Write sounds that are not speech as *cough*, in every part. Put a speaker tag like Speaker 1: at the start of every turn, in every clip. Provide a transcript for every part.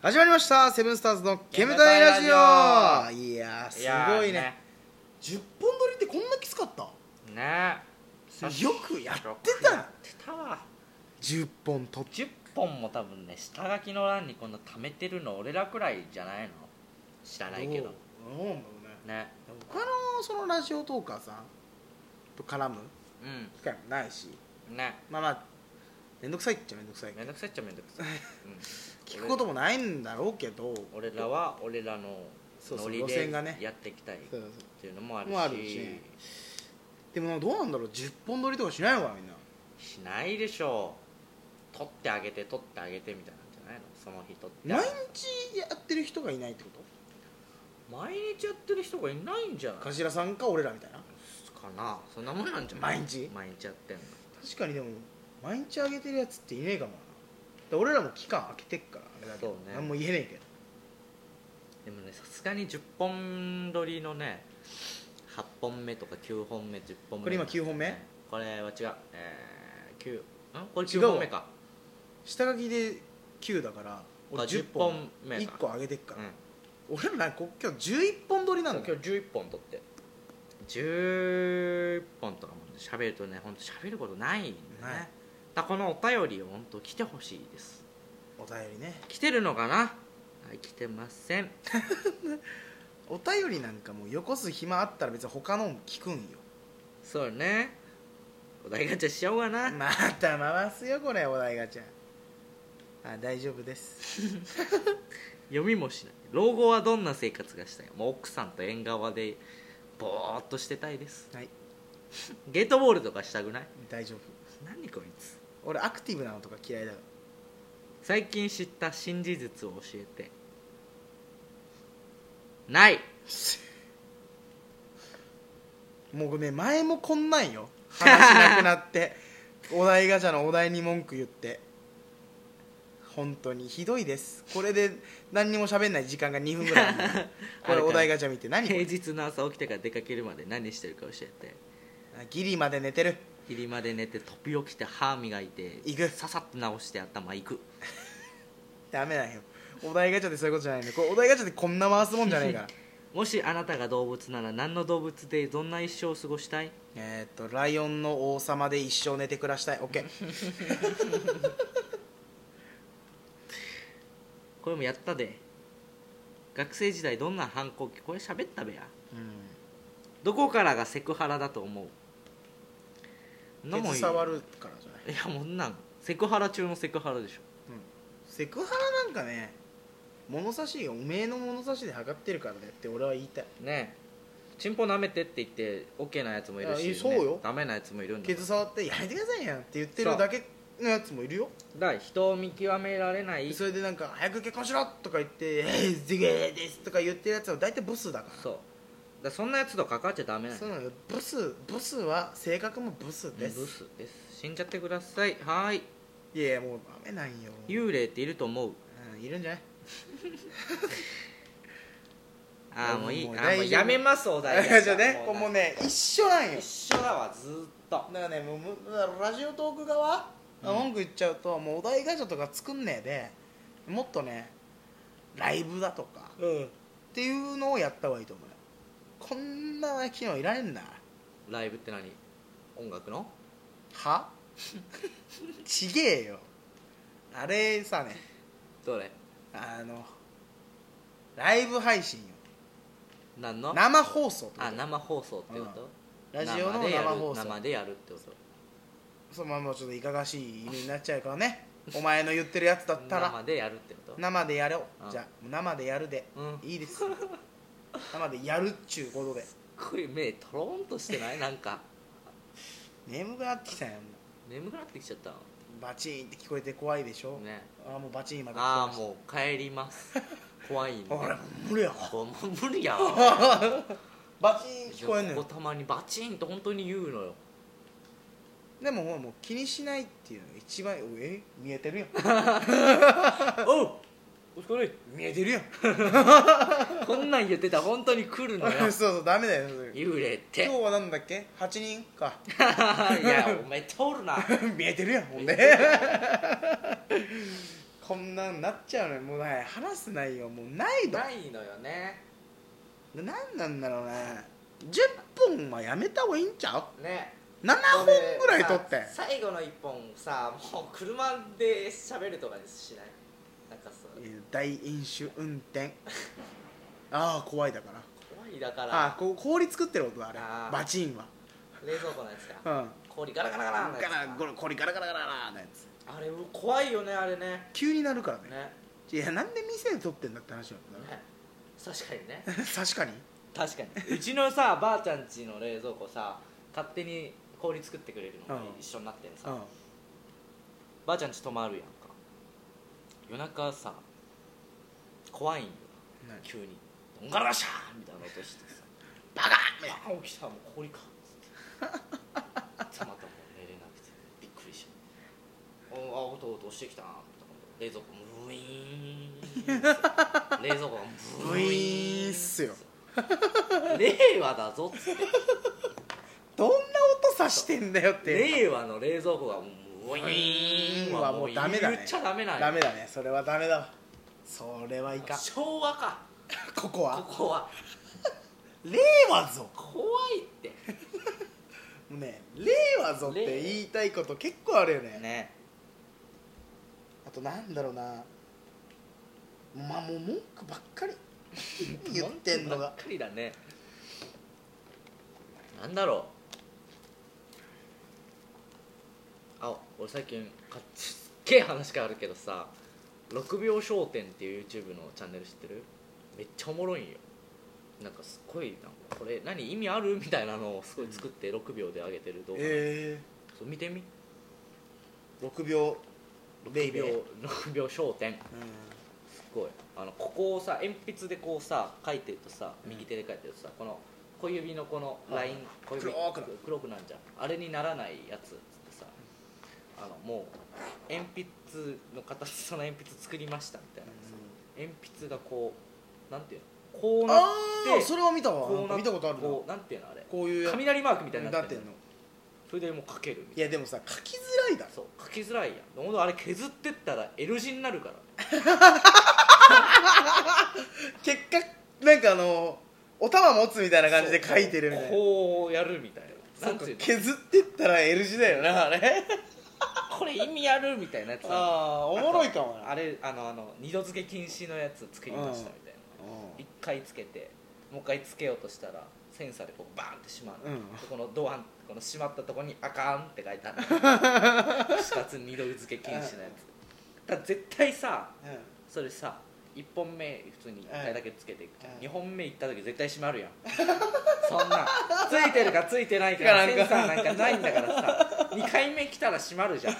Speaker 1: 始まりましたセブンスターズの煙たいラジオ
Speaker 2: ラ
Speaker 1: いやーす
Speaker 2: いやー
Speaker 1: ごいね10本撮りってこんなきつかった
Speaker 2: ねね
Speaker 1: よくやってた
Speaker 2: よくやってたわ
Speaker 1: 10本撮って
Speaker 2: 10本も多分ね下書きの欄にこんな貯めてるの俺らくらいじゃないの知らないけど
Speaker 1: そうなんだろうね
Speaker 2: ね
Speaker 1: 他のそのラジオトーカーさんと絡む
Speaker 2: う
Speaker 1: 機会もないし
Speaker 2: んね
Speaker 1: まあまあ面倒くさいっちゃ面倒くさい
Speaker 2: めんどくさいっちゃめんどくさい、うん
Speaker 1: 聞くこともないんだろうけど
Speaker 2: 俺らは俺らの
Speaker 1: そうそう
Speaker 2: ノリ
Speaker 1: 路
Speaker 2: で
Speaker 1: 線がね
Speaker 2: やっていきたいっ
Speaker 1: そうそうそう
Speaker 2: ていうのもあるし
Speaker 1: もあるしでもどうなんだろう10本撮りとかしないのかなみんな
Speaker 2: しないでしょう取ってあげて取ってあげてみたいなんじゃないのその日取って
Speaker 1: 毎日やってる人がいないってこと
Speaker 2: 毎日やってる人がいないんじゃないか
Speaker 1: 頭さんか俺らみたいな
Speaker 2: なそんなもんなんじゃない
Speaker 1: 毎日
Speaker 2: 毎日やってんの
Speaker 1: 確かにでも毎日あげてるやつっていねえかもなで俺らも期間空けてっからあれだけど
Speaker 2: そうね
Speaker 1: 何も言えねえけど
Speaker 2: でもねさすがに10本撮りのね8本目とか9本目10本目
Speaker 1: これ今9本目
Speaker 2: これは違うえー、9んこれ
Speaker 1: 違う
Speaker 2: 9
Speaker 1: わ
Speaker 2: 本目か
Speaker 1: 下書きで9だから俺
Speaker 2: あ
Speaker 1: 10
Speaker 2: 10
Speaker 1: 本
Speaker 2: 本目
Speaker 1: 1
Speaker 2: か
Speaker 1: 個あげてっか
Speaker 2: う
Speaker 1: ら、
Speaker 2: ん
Speaker 1: 俺らこ今日11本撮りなんだ
Speaker 2: 今日11本撮って11本とかもね喋るとね本当喋ることないんでね
Speaker 1: ない
Speaker 2: だからこのお便りを本当来てほしいです
Speaker 1: お便りね
Speaker 2: 来てるのかなはい来てません
Speaker 1: お便りなんかもうよこす暇あったら別に他のも聞
Speaker 2: *laughs*
Speaker 1: くんよ
Speaker 2: そうよねお題ガチャしちゃおうかな、
Speaker 1: また回すよこれお題ガチャあ大丈夫です
Speaker 2: 読みもしない老後はどんな生活がしたいもう奥さんと縁側でぼーっとしてたいです
Speaker 1: はい
Speaker 2: *laughs* ゲートボールとかしたくない
Speaker 1: 大丈夫
Speaker 2: 何こいつ
Speaker 1: 俺アクティブなのとか嫌いだか
Speaker 2: 最近知った新事実を教えてない
Speaker 1: らもうごめん前もこんなんよ話なくなってお題ガチャのお題に文句言って本当にひどいですこれで何にも喋んない時間が2分ぐらいある *laughs*
Speaker 2: *laughs*
Speaker 1: これお題ガチャ見て何こ
Speaker 2: 平
Speaker 1: れ
Speaker 2: 日の朝起きてから出かけるまで何してるか教えて
Speaker 1: あギリまで寝てる
Speaker 2: 昼まで寝て飛び起きて歯磨いて
Speaker 1: 行く
Speaker 2: ささっと直して頭行く
Speaker 1: ダメだよお題ガチャってそういうことじゃないんだよこれお題ガチャってこんな回すもんじゃない
Speaker 2: *laughs*
Speaker 1: から
Speaker 2: もしあなたが動物なら何の動物でどんな一生を過ごしたい
Speaker 1: えーっとライオンの王様で一生寝て暮らしたい OK
Speaker 2: これもやったで学生時代どんな反抗期これ喋ったべや
Speaker 1: う
Speaker 2: どこからがセクハラだと思うんのも
Speaker 1: 手
Speaker 2: いい
Speaker 1: 触るからじゃない、
Speaker 2: いやもうそんなんセクハラ中のセクハラでしょ
Speaker 1: うん、セクハラなんかね物差しおめえの物差しで測ってるからだよって俺は言いたい
Speaker 2: ねえチンポ舐めてって言って OK なやつもいるし、
Speaker 1: い
Speaker 2: ね、
Speaker 1: やそうよ
Speaker 2: ダメなやつもいるんだか
Speaker 1: ケ
Speaker 2: ら
Speaker 1: ツ触って「やめてくださいやん」って言ってるだけのやつもいるよ
Speaker 2: だから人を見極められない
Speaker 1: それでなんか「早く結婚しろ!」とか言って「えー、すげえです」とか言ってるやつは大体ブスだから
Speaker 2: そうだからそんなやつと関わっちゃダメなの
Speaker 1: そうなのよブスブスは性格もブスで
Speaker 2: ブ
Speaker 1: す
Speaker 2: スです死んじゃってくださいはーい
Speaker 1: いやいやもうダメなんよ
Speaker 2: 幽霊っていると思う
Speaker 1: うんいるんじゃない
Speaker 2: ああもういい
Speaker 1: もう
Speaker 2: あーもう
Speaker 1: 大丈夫
Speaker 2: やめますお題
Speaker 1: じゃあね
Speaker 2: もう
Speaker 1: もうね一緒なんよ
Speaker 2: 一緒だわずーっと
Speaker 1: だからねもうむだからラジオトーク側、
Speaker 2: うん
Speaker 1: 文句言っちゃうともうお題ガチャとか作んねえでもっとねライブだとかっていうのをやった方がいいと思うよこんな機能いられんな
Speaker 2: ライブって何音楽の
Speaker 1: はちげえよあれさね
Speaker 2: どれ
Speaker 1: あのライブ配信よ
Speaker 2: 何の
Speaker 1: 生放送ってこ
Speaker 2: あ
Speaker 1: と
Speaker 2: 生放送ってこと、
Speaker 1: ラジオの
Speaker 2: で
Speaker 1: 生
Speaker 2: やる
Speaker 1: 放送
Speaker 2: 生でやるってこと
Speaker 1: そのままちょっといかがしい意味になっちゃうからねお前の言ってるやつだったら
Speaker 2: 生でやるってこと
Speaker 1: 生でやろう、
Speaker 2: うん
Speaker 1: じゃあ生でやるで
Speaker 2: うん
Speaker 1: いいです生でやるっちゅうことです
Speaker 2: っごい目トローンとしてないなんか
Speaker 1: 眠くなってきたよも
Speaker 2: 眠くなってきちゃったの
Speaker 1: うバチーンって聞こえて怖いでしょ、
Speaker 2: ね
Speaker 1: ああもうバチーンまで
Speaker 2: ああ
Speaker 1: う
Speaker 2: もう帰ります
Speaker 1: *laughs*
Speaker 2: 怖いんで
Speaker 1: 俺もう無理や
Speaker 2: もう無理や
Speaker 1: バチーン聞こえんの
Speaker 2: ここ
Speaker 1: よ
Speaker 2: たまにバチンと本当に言うのよ
Speaker 1: でももうもう気にしないっていうのが一番え見えて
Speaker 2: *laughs*
Speaker 1: るやん
Speaker 2: おうお疲れ
Speaker 1: 見えて *laughs* るやん
Speaker 2: こんなん言ってたら本当に
Speaker 1: *laughs*
Speaker 2: 来るのよ
Speaker 1: そうそうダメだよそれ
Speaker 2: 幽霊って
Speaker 1: 今日はなんだっけ8人
Speaker 2: *laughs*
Speaker 1: か
Speaker 2: いやお前通るな
Speaker 1: *laughs* 見えてるやんほん
Speaker 2: 見
Speaker 1: で
Speaker 2: えてる
Speaker 1: こんなんなっちゃうのよもうね話す内容もうないの
Speaker 2: ないのよね
Speaker 1: なんなんだろうね10本はやめた方がいいんちゃう
Speaker 2: ね
Speaker 1: 7本ぐらい撮って
Speaker 2: 俺さ最後の一本さもう車で喋るとかにしないなんかそう
Speaker 1: えー大飲酒運
Speaker 2: *laughs*
Speaker 1: 転ああ怖いだから
Speaker 2: 怖いだか
Speaker 1: ああ
Speaker 2: ら
Speaker 1: こう氷作ってる音だあれ
Speaker 2: あー
Speaker 1: バチーンは
Speaker 2: 冷蔵庫のやつか
Speaker 1: うん
Speaker 2: 氷ガラガラガラ
Speaker 1: ガ
Speaker 2: のやつ
Speaker 1: ラゴロ氷ガラガラガラガラのやつ
Speaker 2: あれ怖いよねあれね
Speaker 1: 急になるからね
Speaker 2: ね
Speaker 1: いやなんで店で撮ってんだって話なんだよ
Speaker 2: ね確かにね
Speaker 1: *laughs* 確かに
Speaker 2: 確かにうちのさばあちゃんちの冷蔵庫さ勝手に氷作ってくれるのが
Speaker 1: うん
Speaker 2: 一緒になってんさ、
Speaker 1: うん
Speaker 2: ばあちゃんち泊まるやんか夜中さ怖いんよ
Speaker 1: 何
Speaker 2: 急に「どんがらしゃー!」みたいな音してさ
Speaker 1: バカ
Speaker 2: あ起きたもう氷かっつってたまたま寝れなくてびっくりしたおあ音音してきたなと思って冷蔵庫ブイーンっつって冷蔵庫がブイーンっつって令和だぞっつって
Speaker 1: どんな音さしてんだよって
Speaker 2: 令和の冷蔵庫がもうブイーンはも
Speaker 1: ブイーンはもうダ
Speaker 2: う
Speaker 1: メだね
Speaker 2: 言っちゃダメなんよ
Speaker 1: ダメだねそれはダメだわそれはいかん
Speaker 2: 昭和か
Speaker 1: ここ
Speaker 2: こ
Speaker 1: は
Speaker 2: こは
Speaker 1: 令和ぞ
Speaker 2: 怖いって
Speaker 1: もうね令和ぞって言いたいこと結構あるよね
Speaker 2: ね
Speaker 1: あとなんだろうなまあもう文句ばっか *laughs* り言ってんの
Speaker 2: ば
Speaker 1: が
Speaker 2: っかりだねなんだろうあ俺最近かっすっげえ話があるけどさ「6秒商店」っていう YouTube のチャンネル知ってるめっちゃおもろいんよなんかすっごいなんかこれ何意味あるみたいなのをすごい作って6秒で上げてる動画、
Speaker 1: え
Speaker 2: そう見てみ
Speaker 1: え6秒ベイ
Speaker 2: 6
Speaker 1: ベ
Speaker 2: 秒
Speaker 1: ー
Speaker 2: 6秒商店すごいあのここをさ鉛筆でこうさ書いてるとさ
Speaker 1: うん
Speaker 2: 右手で書いてるとさこの小指のこの
Speaker 1: は
Speaker 2: ラ
Speaker 1: い
Speaker 2: イン小指
Speaker 1: 黒くなる
Speaker 2: 黒くなんじゃんあれにならないやつっつってさあのもう鉛筆の形その鉛筆作りましたみたいなさ鉛筆がこうなんていうのこう
Speaker 1: うん
Speaker 2: なっ
Speaker 1: ああ
Speaker 2: て
Speaker 1: それは見たわ
Speaker 2: こ
Speaker 1: な
Speaker 2: うなん
Speaker 1: か見たことあるな
Speaker 2: こうなんていうのあれ
Speaker 1: こういうや
Speaker 2: 雷マークみたいにな
Speaker 1: な
Speaker 2: っ
Speaker 1: って
Speaker 2: てる
Speaker 1: んの
Speaker 2: それでもう書ける
Speaker 1: い
Speaker 2: みたい
Speaker 1: やでもさ書きづらいだ
Speaker 2: な
Speaker 1: ろ
Speaker 2: そう書きづらいやんほんとあれ削ってったら L 字になるから
Speaker 1: 結果なんかあのお玉持つみたいな感じで書いてるみたいな
Speaker 2: こうやるみたいな
Speaker 1: そ
Speaker 2: な
Speaker 1: うんか
Speaker 2: ていうの
Speaker 1: 削ってったら L 字だよなあれ
Speaker 2: これ意味あるみたいなやつあ
Speaker 1: ああおもろいかもな
Speaker 2: あれあのあの二度付け禁止のやつ作りましたみたいな一回つけてもう一回つけようとしたらセンサーでこうバーンってしまうの、
Speaker 1: うん
Speaker 2: でこのドアンこの閉まったとこに「あかん」って書いてある *laughs* 二つ二度付け禁止のやつだから絶対さ
Speaker 1: う
Speaker 2: それさ1本目普通に1回だけつけていくじゃん
Speaker 1: うん
Speaker 2: 2本目行った時絶対閉まる
Speaker 1: *laughs*
Speaker 2: やんそんなついてるかついてないか
Speaker 1: い
Speaker 2: セ
Speaker 1: や
Speaker 2: ンサーなんかないんだからさ2回目来たら閉まるじゃん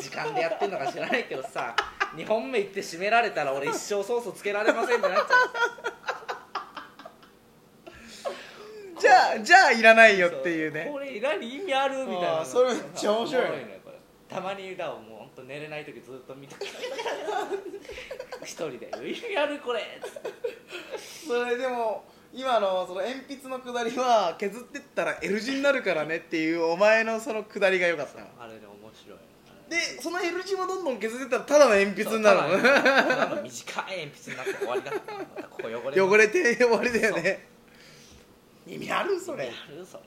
Speaker 2: 時間でやってんのか知らないけどさ2本目行って閉められたら俺一生ソースつけられませんってなっちゃうん
Speaker 1: じゃあじゃあいらないよっていうね
Speaker 2: これ何意味あるみたいな
Speaker 1: あーそれめっちゃ面白いね
Speaker 2: おもろねこれたまに歌をもうほんと寝れない時ずっと見て一人で「意味あるこれ」っつって
Speaker 1: それでも今のその鉛筆のくだりは削ってったら L 字になるからねっていうお前のそのくだりが良かったな
Speaker 2: あれで面白いあれ
Speaker 1: でその L 字もどんどん削ってったらただの鉛筆になる
Speaker 2: そうただの短い鉛筆になって終わりだったまたここ汚れ
Speaker 1: の汚れて終わりだよね意味あるそ
Speaker 2: や
Speaker 1: れ
Speaker 2: るそれ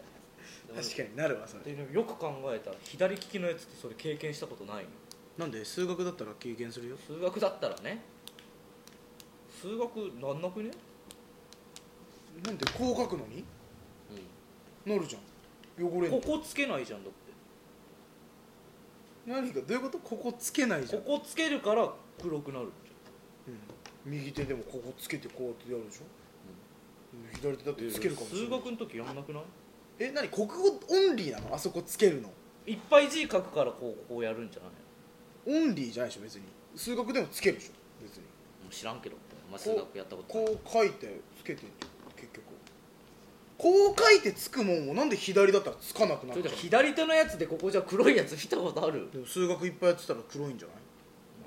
Speaker 1: 確かになるわそれ
Speaker 2: でもよく考えたら左利きのやつってそれ経験したことないの
Speaker 1: なんで数学だったら経験するよ
Speaker 2: 数学だったらね数学なんなくね
Speaker 1: なんでこう書くのになるじゃん汚れんの
Speaker 2: ここつけないじゃんだっ
Speaker 1: 何かどういうことここつけないじ
Speaker 2: て
Speaker 1: ゃん、
Speaker 2: ここつけるから黒くなるんじ
Speaker 1: うん右手でもここつけてこうやってやるでしょ、左手だっ
Speaker 2: ゃん
Speaker 1: てつけるかもしれない
Speaker 2: 数学の時やんなくない
Speaker 1: え何国語オンリーなのあそこつけるの
Speaker 2: いっぱい字書くからこうこうやるんじゃない
Speaker 1: オンリーじゃないでしょ別に数学でもつけるでしょ別に
Speaker 2: もう知らんけどお前数学やったことない
Speaker 1: こう書いてつけてんじゃん結局こう書いてつくもんをなんで左だったらつかなくなっ
Speaker 2: そ
Speaker 1: ちゃう
Speaker 2: れで左手のやつでここじゃ黒いやつ見たことある
Speaker 1: でも数学いっぱいやってたら黒いんじゃない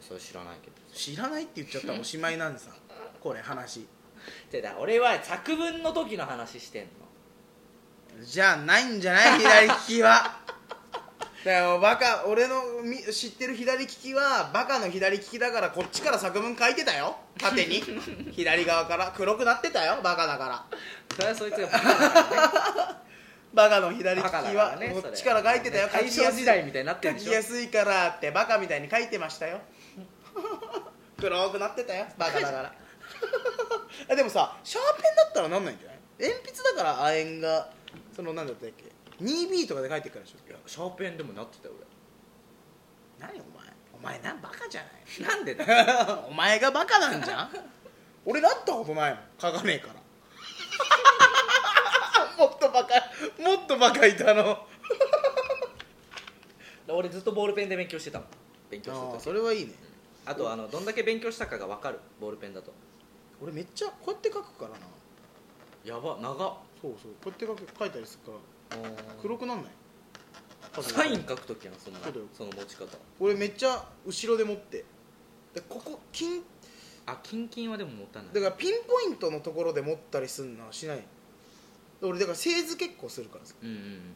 Speaker 2: それ知らないけど
Speaker 1: 知らないって言っちゃったらおしまいなんさこれ話
Speaker 2: てだ俺は作文の時の話してん
Speaker 1: *laughs*
Speaker 2: の
Speaker 1: じゃあないんじゃない左利きはだからバカ俺のみ知ってる左利きはバカの左利きだからこっちから作文書いてたよ縦に左側から黒くなってたよバカだから
Speaker 2: それはそいつがバカだからね
Speaker 1: バカの左利き
Speaker 2: バカだ
Speaker 1: は
Speaker 2: からね
Speaker 1: こっちから書いてたよ
Speaker 2: それ大正時代みたいになって
Speaker 1: 書
Speaker 2: るでし
Speaker 1: き
Speaker 2: ょ
Speaker 1: やすいからってバカみたいに書いてましたよ *laughs* 黒くなってたよバカだから *laughs* あでもさシャーペンだったらなんないんじゃない鉛筆だから亜鉛がそのなんだったっけ 2B とかで書いてるからでしょ
Speaker 2: いやシャーペンでもなってたよ
Speaker 1: 何お前お前なバカじゃない
Speaker 2: 俺なんでだよ
Speaker 1: *laughs* お前がバカなんじゃん俺なったことないもん書か *laughs* ねえからもっとバカもっとバカいたの
Speaker 2: *laughs* 俺ずっとボールペンで勉強してたもん勉強してた
Speaker 1: それはいいね
Speaker 2: あとあのどんだけ勉強したかが分かるボールペンだと
Speaker 1: 俺めっちゃこうやって書くからな
Speaker 2: やば長っ
Speaker 1: そうそうこうやって書く書いたりするから黒くなんない
Speaker 2: サイン書くときやんそんな
Speaker 1: そうだよ
Speaker 2: その持ち方
Speaker 1: 俺めっちゃ後ろで持ってでここ金
Speaker 2: あキンキンはでも持たない
Speaker 1: だからピンポイントのところで持ったりすんのはしない俺だから製図結構するからさ
Speaker 2: うんうんうん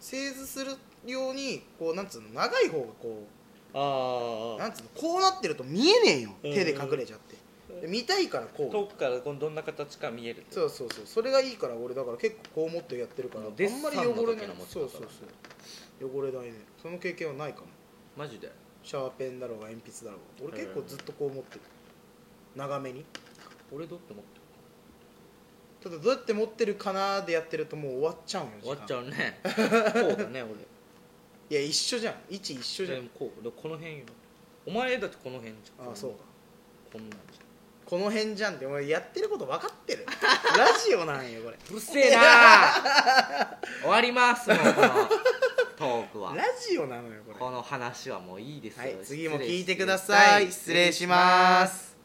Speaker 1: 製図するようにこうなんつうの長い方がこう
Speaker 2: あ
Speaker 1: なんつうのこうなってると見えねえよ
Speaker 2: うん
Speaker 1: 手で隠れちゃってで見たいからこ
Speaker 2: 遠くからこのどんな形か見える
Speaker 1: うそうそうそうそれがいいから俺だから結構こう持ってやってるからあ
Speaker 2: もうデッサ
Speaker 1: ん
Speaker 2: ン
Speaker 1: まり汚れ
Speaker 2: の
Speaker 1: な
Speaker 2: 時
Speaker 1: い
Speaker 2: の持ち
Speaker 1: そ
Speaker 2: 方だ
Speaker 1: うそうそう汚れないねその経験はないかも
Speaker 2: マジで
Speaker 1: シャーペンだろうが鉛筆だろうが俺結構ずっとこう持ってる長めに
Speaker 2: 俺どうって思ってる
Speaker 1: ただどうやって持ってるかなーでやってるともう終わっちゃうんよ
Speaker 2: 終わっち
Speaker 1: ゃ
Speaker 2: ゃうねそうだね俺
Speaker 1: いや一緒じゃん位置一緒じゃ
Speaker 2: で
Speaker 1: ん
Speaker 2: もこうでこの辺よお前だってこの辺じゃん
Speaker 1: ああそうか
Speaker 2: こんなんじ
Speaker 1: この辺じゃんって俺やってること分かってる *laughs* ラジオなんよこれ
Speaker 2: ゃんうるせえな
Speaker 1: *laughs*
Speaker 2: 終わりますもうこのトークは
Speaker 1: ラジオなのよこれ
Speaker 2: この話はもういいですよ
Speaker 1: はい、次も聞いて
Speaker 2: 失礼
Speaker 1: ください。失礼します。